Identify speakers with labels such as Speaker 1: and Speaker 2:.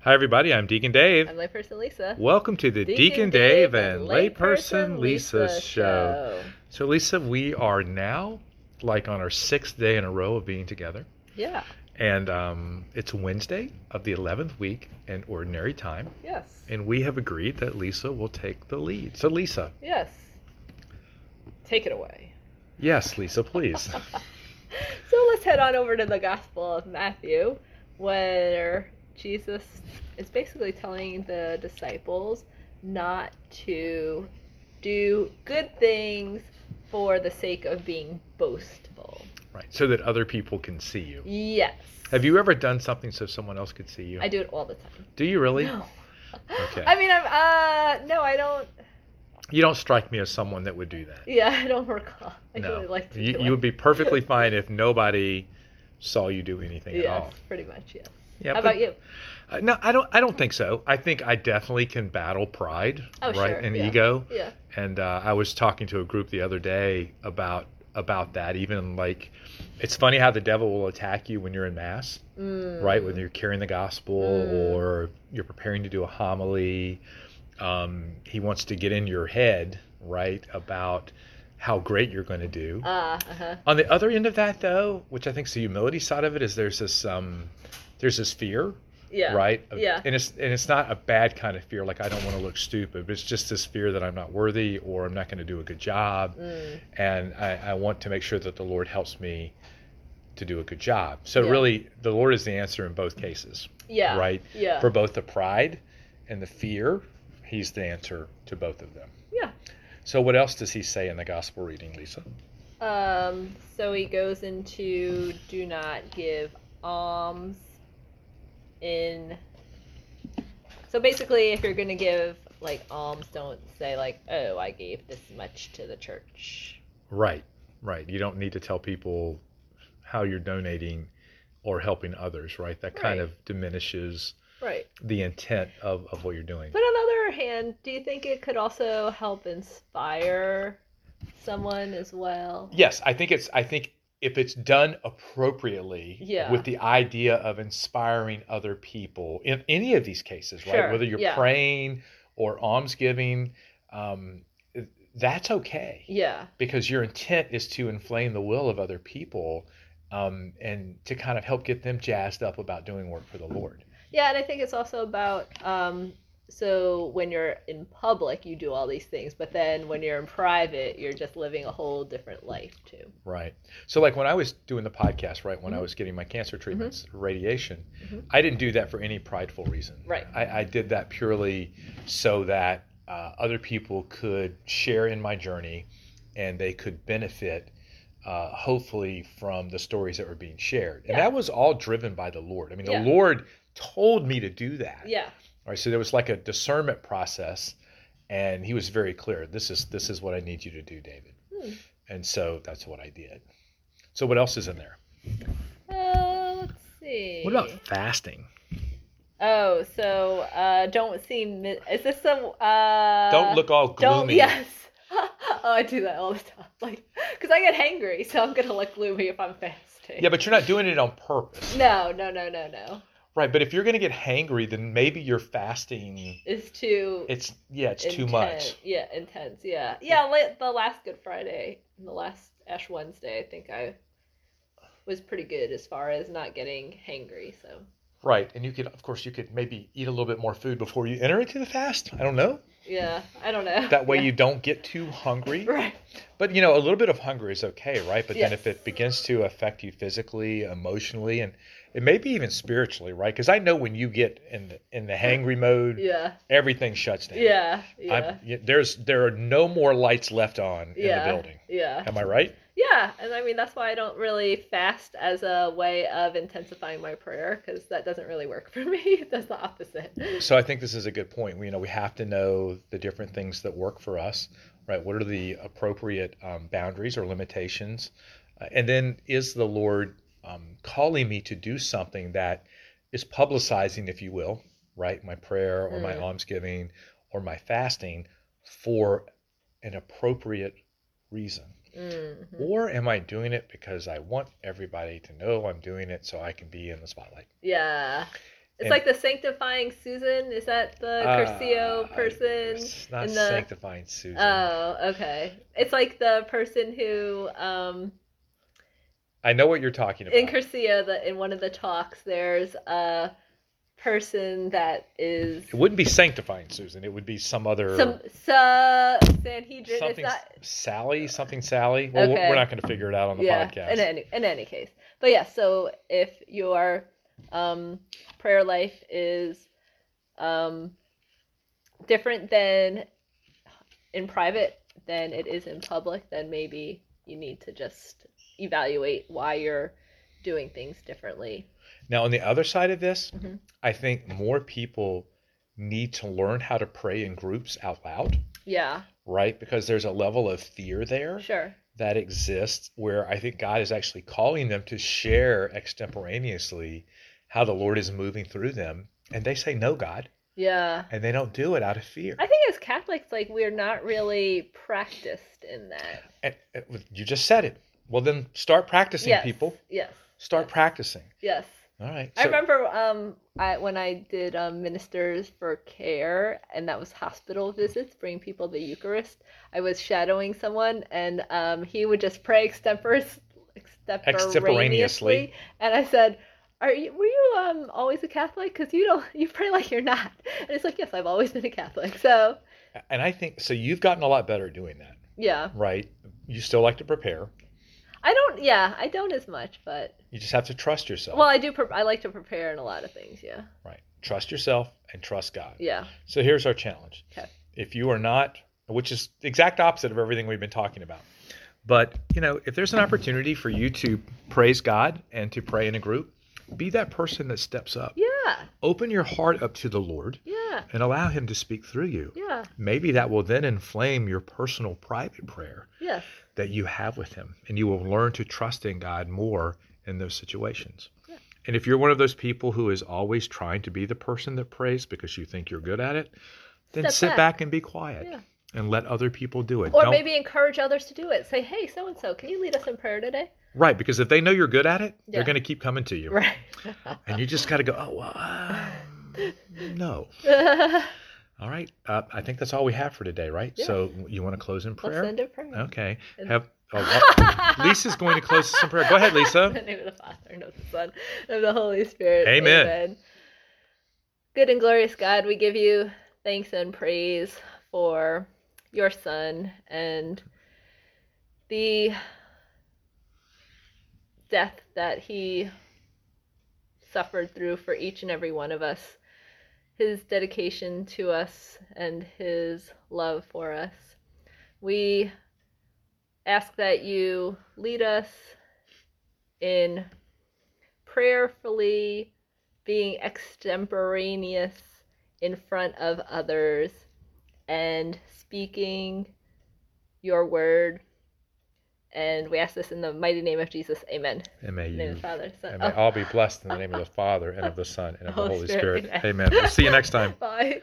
Speaker 1: Hi, everybody. I'm Deacon Dave.
Speaker 2: I'm layperson Lisa.
Speaker 1: Welcome to the Deacon, Dave, and Layperson Lisa show. So, Lisa, we are now like on our sixth day in a row of being together.
Speaker 2: Yeah.
Speaker 1: And um, it's Wednesday of the 11th week in Ordinary Time.
Speaker 2: Yes.
Speaker 1: And we have agreed that Lisa will take the lead. So, Lisa,
Speaker 2: Yes. Take it away.
Speaker 1: yes, Lisa, please.
Speaker 2: So let's head on over to the Gospel of Matthew, where Jesus is basically telling the disciples not to do good things for the sake of being boastful.
Speaker 1: right. So that other people can see you.
Speaker 2: Yes.
Speaker 1: Have you ever done something so someone else could see you?
Speaker 2: I do it all the time.
Speaker 1: do you really?
Speaker 2: No.
Speaker 1: Okay.
Speaker 2: I mean, I'm uh no, I don't.
Speaker 1: You don't strike me as someone that would do that.
Speaker 2: Yeah, I don't recall. I really like to.
Speaker 1: you,
Speaker 2: do
Speaker 1: you
Speaker 2: it.
Speaker 1: would be perfectly fine if nobody saw you do anything
Speaker 2: Yes,
Speaker 1: at all.
Speaker 2: pretty much. Yes.
Speaker 1: Yeah,
Speaker 2: How
Speaker 1: but-
Speaker 2: about you?
Speaker 1: Uh, No, I don't. I don't think so. I think I definitely can battle pride,
Speaker 2: Oh,
Speaker 1: right,
Speaker 2: sure,
Speaker 1: and
Speaker 2: yeah.
Speaker 1: ego.
Speaker 2: Yeah.
Speaker 1: And uh, I was talking to a group the other day about about that. Even like, it's funny how the devil will attack you when you're in mass,
Speaker 2: Mm.
Speaker 1: right? Whether you're carrying the gospel
Speaker 2: Mm.
Speaker 1: or you're preparing to do a homily, um, he wants to get in your head, right, about how great you're going to do.
Speaker 2: Ah, uh-huh.
Speaker 1: On the other end of that, though, which I think is the humility side of it, is there's this um, there's this fear,
Speaker 2: Yeah.
Speaker 1: right? Of-
Speaker 2: Yeah.
Speaker 1: And it's and it's not a bad kind of fear, like I don't want to look stupid, but it's just this fear that I'm not worthy or I'm not going to do a good job,
Speaker 2: Mm.
Speaker 1: and I, I want to make sure that the Lord helps me to do a good job. So
Speaker 2: Yeah.
Speaker 1: really, the Lord is the answer in both cases,
Speaker 2: Yeah.
Speaker 1: right?
Speaker 2: Yeah.
Speaker 1: For both the pride and the fear, He's the answer to both of them.
Speaker 2: Yeah.
Speaker 1: So what else does He say in the gospel reading, Lisa?
Speaker 2: Um. So he goes into do not give alms in. So basically, if you're gonna give like alms, don't say like, oh, I gave this much to the church.
Speaker 1: Right, right. You don't need to tell people how you're donating or helping others, right? That kind
Speaker 2: Right.
Speaker 1: of diminishes
Speaker 2: Right.
Speaker 1: the intent of, of what you're doing.
Speaker 2: But on the other hand, do you think it could also help inspire someone as well?
Speaker 1: Yes, I think it's I think if it's done appropriately
Speaker 2: Yeah.
Speaker 1: with the idea of inspiring other people in any of these cases, right?
Speaker 2: Sure,
Speaker 1: Whether you're
Speaker 2: yeah.
Speaker 1: praying or almsgiving, um, that's okay.
Speaker 2: Yeah.
Speaker 1: because your intent is to inflame the will of other people um, and to kind of help get them jazzed up about doing work for the Lord.
Speaker 2: Yeah, and I think it's also about um, so when you're in public, you do all these things, but then when you're in private, you're just living a whole different life too.
Speaker 1: Right. So, like when I was doing the podcast, right, when I
Speaker 2: Mhm.
Speaker 1: was getting my cancer treatments, radiation,
Speaker 2: Mhm.
Speaker 1: I didn't do that for any prideful reason.
Speaker 2: Right.
Speaker 1: I, I did that purely so that uh, other people could share in my journey and they could benefit. Uh, hopefully from the stories that were being shared and
Speaker 2: Yeah.
Speaker 1: that was all driven by the lord i mean the
Speaker 2: Yeah.
Speaker 1: lord told me to do that
Speaker 2: Yeah,
Speaker 1: All right, so there was like a discernment process, and he was very clear. This is this is what I need you to do, David.
Speaker 2: Hmm.
Speaker 1: And so that's what I did. So what else is in there?
Speaker 2: uh, let's see.
Speaker 1: What about fasting?
Speaker 2: Oh, so uh, don't seem. Is this some? Uh,
Speaker 1: don't look all
Speaker 2: Don't.
Speaker 1: gloomy.
Speaker 2: Yes. oh, I do that all the time. Like, because I get hangry, so I'm gonna look gloomy if I'm fasting.
Speaker 1: Yeah, but you're not doing it on purpose,
Speaker 2: No, no, no, no, no.
Speaker 1: right? But if you're going to get hangry, then maybe you're fasting.
Speaker 2: It's too.
Speaker 1: It's yeah, it's too
Speaker 2: Intense-
Speaker 1: much.
Speaker 2: Yeah, intense. Yeah, yeah. Late, the last Good Friday, and the last Ash Wednesday, I think I was pretty good as far as not getting hangry. So
Speaker 1: Right, and you could, of course, you could maybe eat a little bit more food before you enter into the fast. I don't know.
Speaker 2: yeah, I don't know.
Speaker 1: That way
Speaker 2: Yeah.
Speaker 1: you don't get too hungry.
Speaker 2: right.
Speaker 1: But you know, a little bit of hunger is okay, right? But then
Speaker 2: Yes.
Speaker 1: if it begins to affect you physically, emotionally, and it may be even spiritually, right? Because I know when you get in the, in the hangry mode,
Speaker 2: Yeah,
Speaker 1: everything shuts down.
Speaker 2: yeah, yeah,
Speaker 1: I'm- y- there's there are no more lights left on in
Speaker 2: yeah.
Speaker 1: the building.
Speaker 2: Yeah,
Speaker 1: Am I right?
Speaker 2: yeah, and I mean that's why I don't really fast as a way of intensifying my prayer because that doesn't really work for me. that's the opposite.
Speaker 1: So I think this is a good point. We, you know, we have to know the different things that work for us, right? What are the appropriate um, boundaries or limitations? Uh, and then is the Lord um, calling me to do something that is publicizing, if you will, right? My prayer or my
Speaker 2: Mm.
Speaker 1: almsgiving or my fasting for an appropriate reason.
Speaker 2: Mhm.
Speaker 1: Or am I doing it because I want everybody to know I'm doing it so I can be in the spotlight?
Speaker 2: Yeah, It's
Speaker 1: And-
Speaker 2: like the sanctifying Susan. Is that the Curcio
Speaker 1: Uh,
Speaker 2: person?
Speaker 1: It's not
Speaker 2: in the-
Speaker 1: sanctifying Susan.
Speaker 2: Oh, okay. It's like the person who um
Speaker 1: I know what you're talking about.
Speaker 2: in Curcio the in one of the talks there's a person that is
Speaker 1: it wouldn't be sanctifying Susan. It would be some other
Speaker 2: some sa Sanhedrin. It's
Speaker 1: something
Speaker 2: not
Speaker 1: Sally, something Sally. Well, we're-
Speaker 2: Okay.
Speaker 1: we're not going to figure it out on the
Speaker 2: yeah,
Speaker 1: podcast.
Speaker 2: In any in any case. But yeah, so if your um prayer life is um different than in private than it is in public, then maybe you need to just evaluate why you're doing things differently.
Speaker 1: Now, on the other side of this,
Speaker 2: Mhm.
Speaker 1: I think more people need to learn how to pray in groups out loud,
Speaker 2: Yeah,
Speaker 1: right? Because there's a level of fear there
Speaker 2: sure.
Speaker 1: that exists where I think God is actually calling them to share extemporaneously how the Lord is moving through them. And they say, No, God.
Speaker 2: Yeah.
Speaker 1: And they don't do it out of fear.
Speaker 2: I think as Catholics like we're not really practiced in that.
Speaker 1: And- and you just said it. Well, then start practicing,
Speaker 2: yes.
Speaker 1: people.
Speaker 2: Yes.
Speaker 1: Start practicing.
Speaker 2: Yes.
Speaker 1: All right.
Speaker 2: I
Speaker 1: So-
Speaker 2: remember um I when I did um, ministers for care and that was hospital visits, bringing people the Eucharist. I was shadowing someone and um he would just pray extemporis- extemporaneously,
Speaker 1: Extemporaneously.
Speaker 2: and I said. Are you, were you um always a Catholic? Because you don't you pray like you're not. And it's like yes, I've always been a Catholic. So
Speaker 1: And I think so. You've gotten a lot better at doing that,
Speaker 2: yeah,
Speaker 1: right? You still like to prepare.
Speaker 2: I don't. Yeah, I don't as much, but
Speaker 1: You just have to trust yourself.
Speaker 2: well, I do. Pre- I like to prepare in a lot of things. Yeah,
Speaker 1: Right. Trust yourself and trust God.
Speaker 2: yeah,
Speaker 1: So here's our challenge.
Speaker 2: Okay.
Speaker 1: If you are not, which is the exact opposite of everything we've been talking about, but you know, if there's an opportunity for you to praise God and to pray in a group, be that person that steps up.
Speaker 2: yeah,
Speaker 1: Open your heart up to the Lord
Speaker 2: yeah,
Speaker 1: and allow Him to speak through you.
Speaker 2: yeah.
Speaker 1: Maybe that will then inflame your personal private prayer
Speaker 2: Yes.
Speaker 1: that you have with Him, and you will learn to trust in God more in those situations.
Speaker 2: Yeah.
Speaker 1: And if you're one of those people who is always trying to be the person that prays because you think you're good at it, then
Speaker 2: Step
Speaker 1: sit
Speaker 2: back.
Speaker 1: back. and be quiet
Speaker 2: Yeah.
Speaker 1: and let other people do it.
Speaker 2: Or
Speaker 1: Don't-
Speaker 2: maybe encourage others to do it. Say, hey, so and so, can you lead us in prayer today?
Speaker 1: Right, because if they know you're good at it,
Speaker 2: Yeah.
Speaker 1: they're going to keep coming to you.
Speaker 2: Right.
Speaker 1: And you just got to go, oh, well, um, no.
Speaker 2: Let's
Speaker 1: All right. Uh, I think that's all we have for today, right?
Speaker 2: Yeah.
Speaker 1: So you want to close in prayer?
Speaker 2: send a prayer.
Speaker 1: Okay.
Speaker 2: And-
Speaker 1: Have, oh, well, Lisa's going to close us in prayer. Go ahead,
Speaker 2: In the
Speaker 1: Lisa.
Speaker 2: name of the Father, and of the Son, and of the Holy Spirit.
Speaker 1: Amen.
Speaker 2: Good and glorious God, we give you thanks and praise for your Son and the death that he suffered through for each and every one of us, his dedication to us, and his love for us. We ask that you lead us in prayerfully being extemporaneous in front of others and speaking your word. And we ask this in the mighty name of Jesus. Amen.
Speaker 1: And may
Speaker 2: In the name of
Speaker 1: you.
Speaker 2: the Father, Son,
Speaker 1: And may
Speaker 2: oh,
Speaker 1: all be blessed in the name of the Father and of the Son and of the
Speaker 2: Holy
Speaker 1: Holy
Speaker 2: Spirit.
Speaker 1: Spirit. Amen. We'll see you next time.
Speaker 2: Bye.